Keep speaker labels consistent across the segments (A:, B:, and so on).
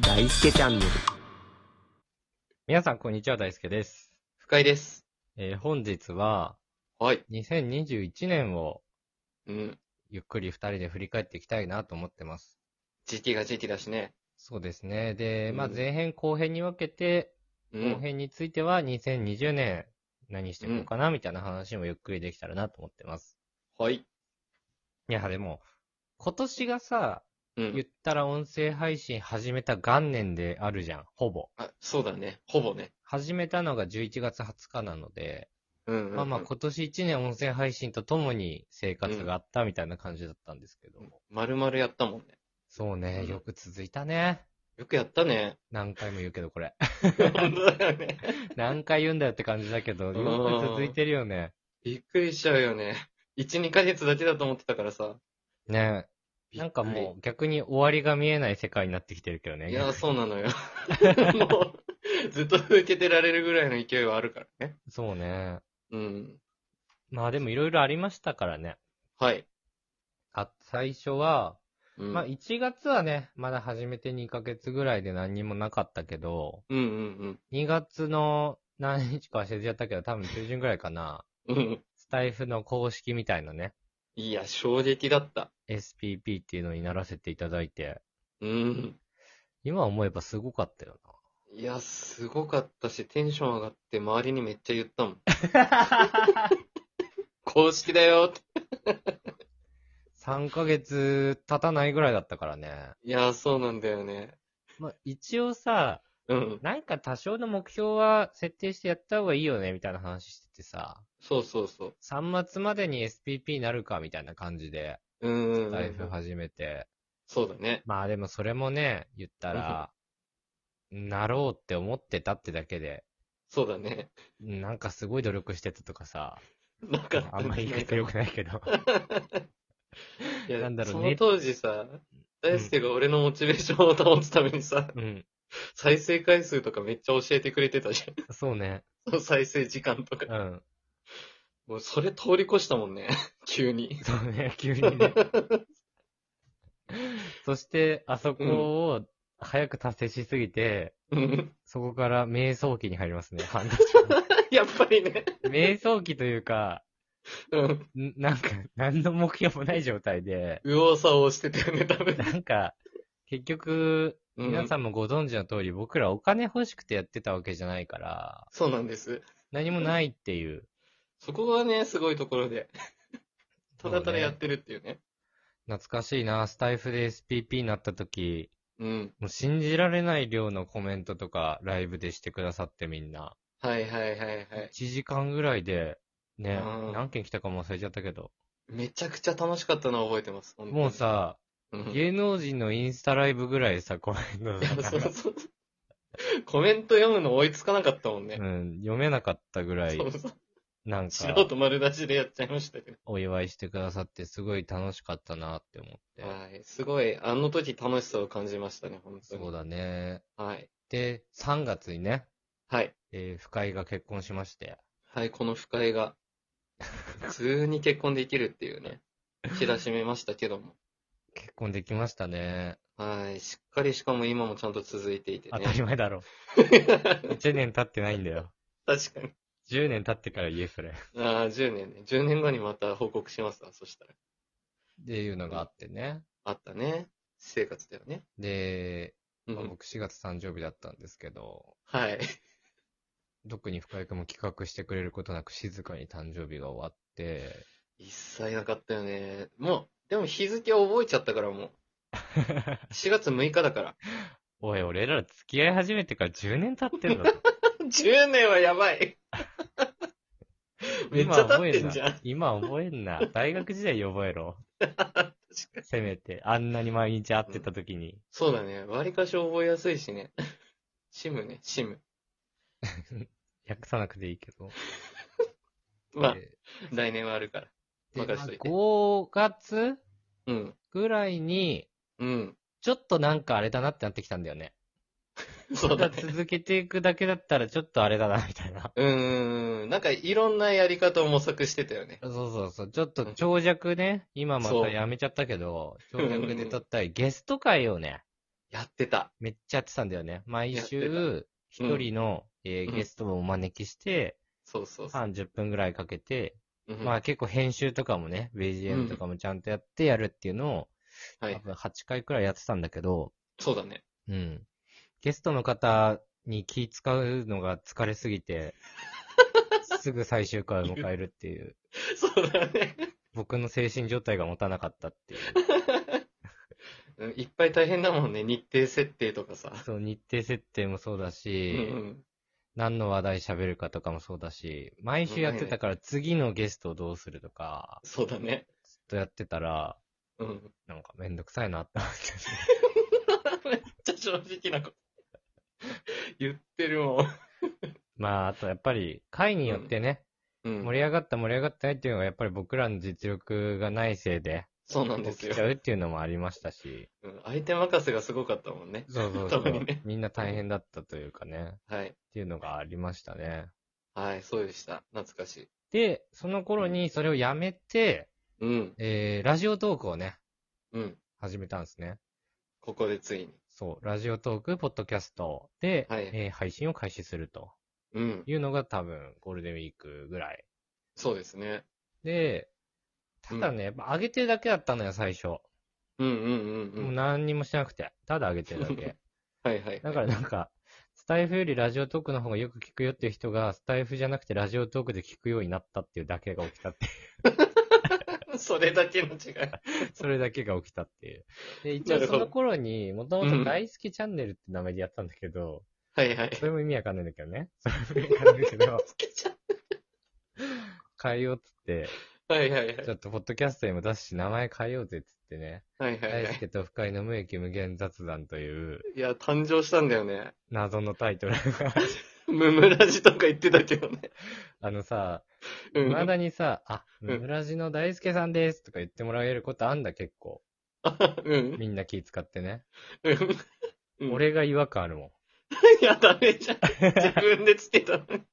A: 大輔チャンネル。
B: 皆さん、こんにちは。大輔です。
C: 深井です。
B: えー本日は、
C: はい。
B: 2021年を
C: うん。
B: ゆっくり二人で振り返っていきたいなと思ってます。
C: 時期が時期だしね。
B: そうですね。で、まあ、
C: うん
B: 前編後編に分けて、
C: う
B: 後
C: ん。
B: 編については2020年何していこうかな、みたいな話もゆっくりできたらなと思ってます。
C: はい。
B: いや、でも、今年がさ、
C: う
B: 言っ
C: ん。
B: たら音声配信始めた元年であるじゃん、ほぼ。
C: あ、そうだね。ほぼね。
B: 始めたのが11月20日なので、
C: うんうんうん。
B: まあまあ今年1年音声配信とともに生活があったみたいな感じだったんですけど、
C: 丸々やったもんね。
B: そうね、
C: うん
B: よく続いたね。
C: よくやった ね。
B: 何回も言うけど これ。
C: 本当だよね。
B: 何回言うんだよって感じだけど、
C: ん
B: よく続いてるよね。
C: びっくりしちゃうよね。1、2ヶ月だけだと思ってたからさ。
B: ねなんかもう逆に終わりが見えない世界になってきてるけど
C: びっくり
B: ね。
C: いや、そうな のよ。もう、ずっと受けてられるぐらいの勢いはあるからね。
B: そうね。
C: うん。
B: まあでもいろいろありましたからね。
C: はい。
B: あ、最初は、
C: うん。
B: まあ1月はね、まだ始めて2ヶ月ぐらいで何にもなかったけど、
C: うんうん
B: 2月の何日か忘れちゃったけど、多分中旬ぐらいかな。
C: うん。うん。
B: スタイフの公式みたいなね、
C: いや、衝撃だった。
B: SPP っていうのにならせていただいて、
C: うん。
B: 今思えばすごかったよ
C: いや、すごかったし、テンション上がって、周りにめっちゃ言ったもん。
B: な。
C: 公式だよって。
B: 3ヶ月経たないぐらいだったからね。
C: いや、そうなんだよね。
B: まあ、一応さ、
C: うん。
B: なんか多少の目標は設定してやった方がいいよね、みたいな話しててさ、
C: そうそうそう。
B: 3末までに SPP になるか、みたいな感じで、
C: うんうんう
B: ス
C: ん。
B: タイフ始めて。
C: そうだね。
B: まあでもそれもね、言ったら、なろうって思ってたってだけで、
C: そうだね。
B: なんかすごい努力してたとかさ、
C: なんか、
B: あんまり言い方良くないけど。
C: いや、
B: なんだろう
C: そ
B: ね
C: の当時さ、大輔が俺のモチベーションを保つためにさ、
B: うん。
C: 再生回数とかめっちゃ教えてくれてたじ ゃん
B: そうね。。
C: その再生時間とか
B: う。ん。
C: もうそれ通り越したもんね。急に。
B: そうね。 急にね。そして、あそこを早く達成しすぎて、
C: うん
B: そこから瞑想期に入りますね。半年。
C: やっぱりね。
B: 瞑想期というか、
C: うん。
B: んなんか、何の目標もない状態で、
C: 右往左往してたよね、多分。
B: なんか、結局、
C: うん
B: 皆さんもご存知の通り、僕らお金欲しくてやってたわけじゃないから、
C: そうなんです。
B: 何もないっていう。
C: そこがね、すごいところで。ただただやってるっていうね。
B: 懐かしいな、スタイフで SPP になった時、
C: うん。
B: もう信じられない量のコメントとかライブでしてくださってみんな。
C: はいはいはいはい。
B: 1時間ぐらいで、ね
C: う、ん
B: 何件来たかも忘れちゃったけど。
C: めちゃくちゃ楽しかったのは覚えてます。本当に
B: もう、さ、
C: うんい
B: 芸能人のインスタライブぐらいさ、コメント
C: や、
B: さ
C: そうそうそう。コメント読むの追いつかなかったもんね
B: う。ん、読めなかったぐらい
C: そ、うそう。
B: なん
C: 素
B: か、
C: 人丸出しでやっちゃいましたけど。
B: お祝いしてくださって、すごい楽しかったなって思って。
C: はい。すごい、あの時楽しさを感じましたね、本当に。
B: そうだね。
C: はい。
B: で、3月にね、
C: はい。
B: えー、深井が結婚しまして。
C: はい、この不快が、普通に結婚できるっていう ね、知らしめましたけども。
B: 結婚できましたね。
C: はい。しっかりしかも今もちゃんと続いていて
B: 当
C: ね
B: た。り前だろ。1年経ってないんだよ。
C: 確かに。
B: 10年経ってから言え、それ。
C: ああ、10年ね。10年後にまた報告しますわ、そしたら。
B: っていうのがあってね。
C: あったね。私生活だよね。
B: で、
C: う
B: まあ
C: ん。
B: 僕4月誕生日だったんですけど、
C: はい。
B: 特に深井君も企画してくれることなく静かに誕生日が終わって、
C: 一切なかったよね。もう、でも日付は覚えちゃったから もう。4月6日だから。
B: おい、俺ら付き合い始めてから10年経ってん だぞ。
C: 10年はやば い。めっちゃ経ってんじゃん。
B: 今覚えんな。今覚えんな。大学時代に覚えろ。せめて、あんなに毎日会ってた時に。
C: そうだね。割かし覚えやすいしね。 シムね、シム。
B: 訳さなくていいけど。
C: まあ、
B: で
C: 来年はあるから。
B: で
C: 任しといて
B: まあ5月
C: うん。
B: ぐらいに、
C: うん。
B: ちょっとなんかあれだなってなってきたんだよね。
C: そうだね。
B: 続けていくだけだったらちょっとあれだな、みたいな。
C: うーん。なんかいろんなやり方を模索してたよね。
B: そうそうそう。ちょっと長尺ね、今ま
C: そ
B: た
C: う
B: やめちゃったけど、長尺で撮ったり、ゲスト会をね、
C: やってた。
B: めっちゃやってたんだよね。毎
C: やって
B: 週、一人の、えー
C: うん
B: ゲストをお招きして、
C: そうそうそう。
B: 30分ぐらいかけて、
C: うん
B: まあ結構編集とかもね、BGM とかもちゃんとやってやるっていうのを、
C: は
B: 多
C: い。
B: 分8回くらいやってたんだけど、
C: そうだね。
B: うん。ゲストの方に気使うのが疲れすぎて、 すぐ最終回を迎えるっていう、
C: そうだね。
B: 僕の精神状態が持たなかったっていう。
C: うんいっぱい大変だもんね。日程設定とかさ。
B: そう、日程設定もそうだ
C: うん
B: し、
C: うん。
B: 何の話題喋るかとかもそうだし、毎週やってたから次のゲストをどうするとか、
C: そうだね。
B: ずっとやってたら、
C: うん。
B: なんかめんどくさいなって思っちゃって。
C: めっちゃ正直なこと。 言ってるもん。
B: まあ、あとやっぱり、回によってね、
C: うん。
B: 盛り上がった盛り上がってないっていうのが、やっぱり僕らの実力がないせいで、
C: そうなん
B: 起
C: です
B: き
C: よ
B: ち。ゃうっていうのもありましたし、
C: うん相手任せがすごかったもんね。
B: そう そうそ
C: たまに
B: う
C: ね、
B: みんな大変だったというかね、
C: はい。
B: っていうのがありましたね。
C: はい、そうでした。懐かしい。
B: で、その頃にそれをやめて、
C: うん。
B: えー、ラジオトークをね、
C: うん。
B: 始めたんですね。
C: ここでついに。
B: そう、ラジオトーク、ポッドキャストで、
C: はい
B: えー配信を開始すると
C: うん。
B: いうのが多分ゴールデンウィークぐらい。
C: そうですね。
B: で、ただね、やっぱ上げてるだけだったのよ、最初。
C: うんうんうん
B: も
C: う。
B: うん何にもしなくて、ただ上げてるだ け。
C: はいはい。
B: だからなんか、スタイフよりラジオトークの方がよく聞くよっていう人が、スタイフじゃなくてラジオトークで聞くようになったっていうだけが起きた ってい
C: それだけの違い。
B: う、それだけが起きたっていう。で、一応その頃に、もともと大好きチャンネルって名前でやったんだけど、
C: はいはい。
B: それも意味わかんないんだけどね。 それも意味わかんないんだけど、
C: つけちゃっ
B: 変えようっつって、
C: たはいはいはい
B: ち。ょっとポッドキャストにも出すし、名前変えようぜっつってね、
C: はいはいは
B: 大
C: い。
B: 輔と深井の無益無限雑談という
C: いや、誕生したんだよね。
B: 謎のタイトル が、
C: ムムラジとか言ってたけどね。
B: あのさ、
C: う
B: ま
C: ん。
B: だにさ、あ、
C: ん
B: ムラジの大輔さんですとか言ってもらえることあんだ結構。
C: うん。
B: みんな気使ってね。
C: うん。
B: 俺が違和感あるもん。
C: いや、ダメじゃん。自分でつけたの に。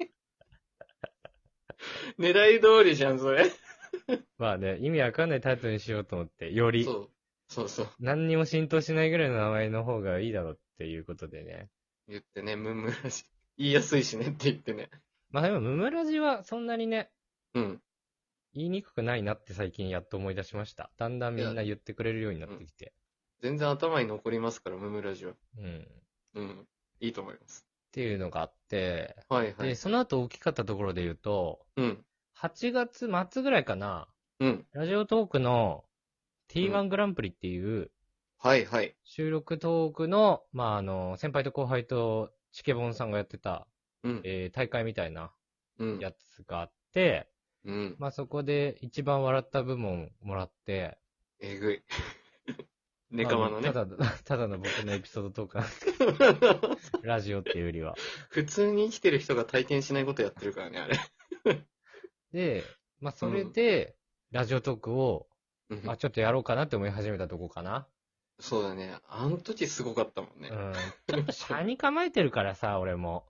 C: 狙い通りじゃん、それ。
B: まあね、意味わかんないタイトルにしようと思って、より
C: そ、う。そうそう。
B: 何にも浸透しないぐらいの名前の方がいいだろうっていうことでね。
C: 言ってね、ムムラジ。言いやすいしねって言ってね。
B: まあでも、ムラジはそんなにね、
C: うん。
B: 言いにくくないなって最近やっと思い出しました。だんだんみんな言ってくれるようになってきて。
C: 全然頭に残りますから、ムムラジは。
B: うん。っ
C: うん。いいと思います。
B: ていうのがあって、
C: はいは
B: で、
C: い。
B: その後大きかったところで言うと、
C: うん。
B: 8月末ぐらいかな、
C: うん。
B: ラジオトークの T1 グランプリっていう
C: はいはい。
B: 収録トークの、まあ、あの、先輩と後輩とチケボンさんがやってた、
C: うん。
B: えー大会みたいな
C: うん。
B: やつがあって、
C: うん。
B: まあ、そこで一番笑った部門もらって、
C: えぐい。 ネカマのね
B: ま。あただ、 ただの僕のエピソードトークなんですけ ど、ラジオっていうよりは。
C: 普通に生きてる人が体験しないことやってるからね、あれ。
B: で、まあ、それで、ラジオトークを、
C: うん
B: まあ、ちょっとやろうかなって思い始めたとこかな。
C: そうだね。あの時すごかったもんね。
B: うん。ちょっと車に構えてるからさ、俺も。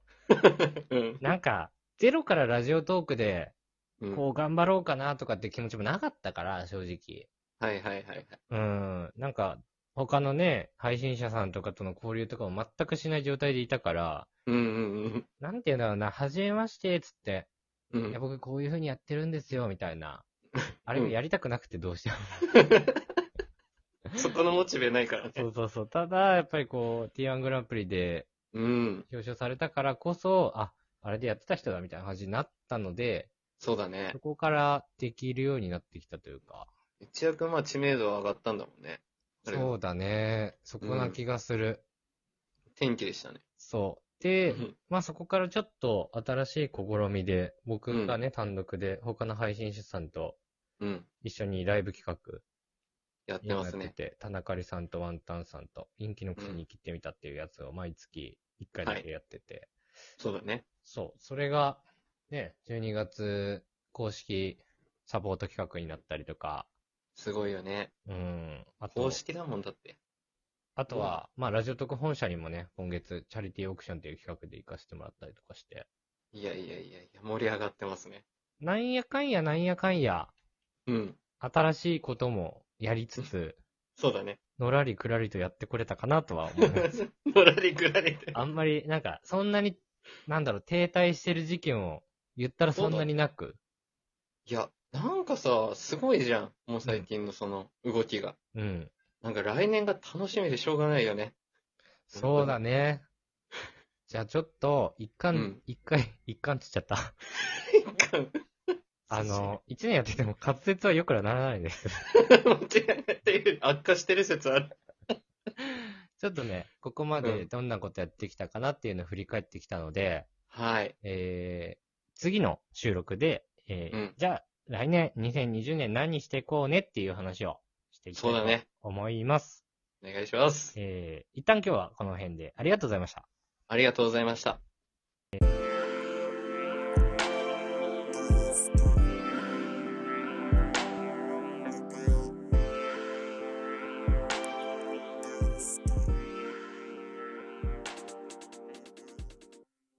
C: うん。
B: なんか、ゼロからラジオトークで、
C: うん
B: こう頑張ろうかなとかって気持ちもなかったから、正直。
C: はいはいはいはい。
B: うん。なんか、他のね、配信者さんとかとの交流とかも全くしない状態でいたから、
C: うんうん
B: なんていうんだろうな、はじめまして、つって、
C: うん。う
B: いや、
C: ん。
B: 僕こういう風にやってるんですよ、みたい な。あれもやりたくなくてどうしても。
C: そこのモチベないから
B: そ
C: ね。
B: うそうそう。ただ、やっぱりこう、T1 グランプリで
C: うん。
B: 表彰されたからこそ、あ、あれでやってた人だ、みたいな感じになったので、
C: そうだね
B: そ。こからできるようになってきたというか。
C: 一躍まあ知名度は上がったんだもんね。あれ
B: そうだね。そこな気がする。
C: 天気でしたね。
B: そう。で
C: う、ん
B: まあそこからちょっと新しい試みで、僕がね、単独で他の配信者さんと
C: うん。
B: 一緒にライブ企画、
C: やって
B: 今
C: ま
B: や
C: す
B: って
C: ね。
B: て、田中里さんとワンタンさんと、陰気の口に切ってみたっていうやつを毎月1回だけやってて、
C: そうだね。
B: そう、それが、ね、12月公式サポート企画になったりとか、
C: すごいよね。
B: うん、あと
C: 公、式だもんだって。
B: あとは、まあラジオ特本社にもね、今月チャリティーオークションという企画で行かせてもらったりとかして、
C: いやいやいやいや、盛り上がってますね。
B: なんやかんやなんやかんや、
C: うん。
B: 新しいこともやりつつ、
C: そうだね。
B: のらりくらりとやってこれたかなとは思います。
C: のらりくらりで。
B: あんまり、なんか、そんなに、なんだろう、停滞してる時期も、言ったらそんなになく。
C: いや、なんかさ、すごいじゃん。もう最近のその動きが。
B: うん。
C: なんか来年が楽しみでしょうがないよね。
B: そうだね。じゃあちょっと、一
C: う
B: 貫
C: ん、
B: 一回、一貫って言っちゃった。あの、一年やってても滑舌は良くはならないです。
C: 間違いないっていう、悪化してる説ある。
B: ちょっとね、ここま
C: う
B: で
C: ん
B: どんなことやってきたかなっていうのを振り返ってきたので、
C: はい。
B: えー、次の収録で、えー
C: うん
B: じゃあ来年、2020年何していこうねっていう話をしていきた
C: そうだ
B: い
C: ね
B: と。思います。
C: お願いします。
B: えー一旦今日はこの辺でありがとうございました。
C: ありがとうございました。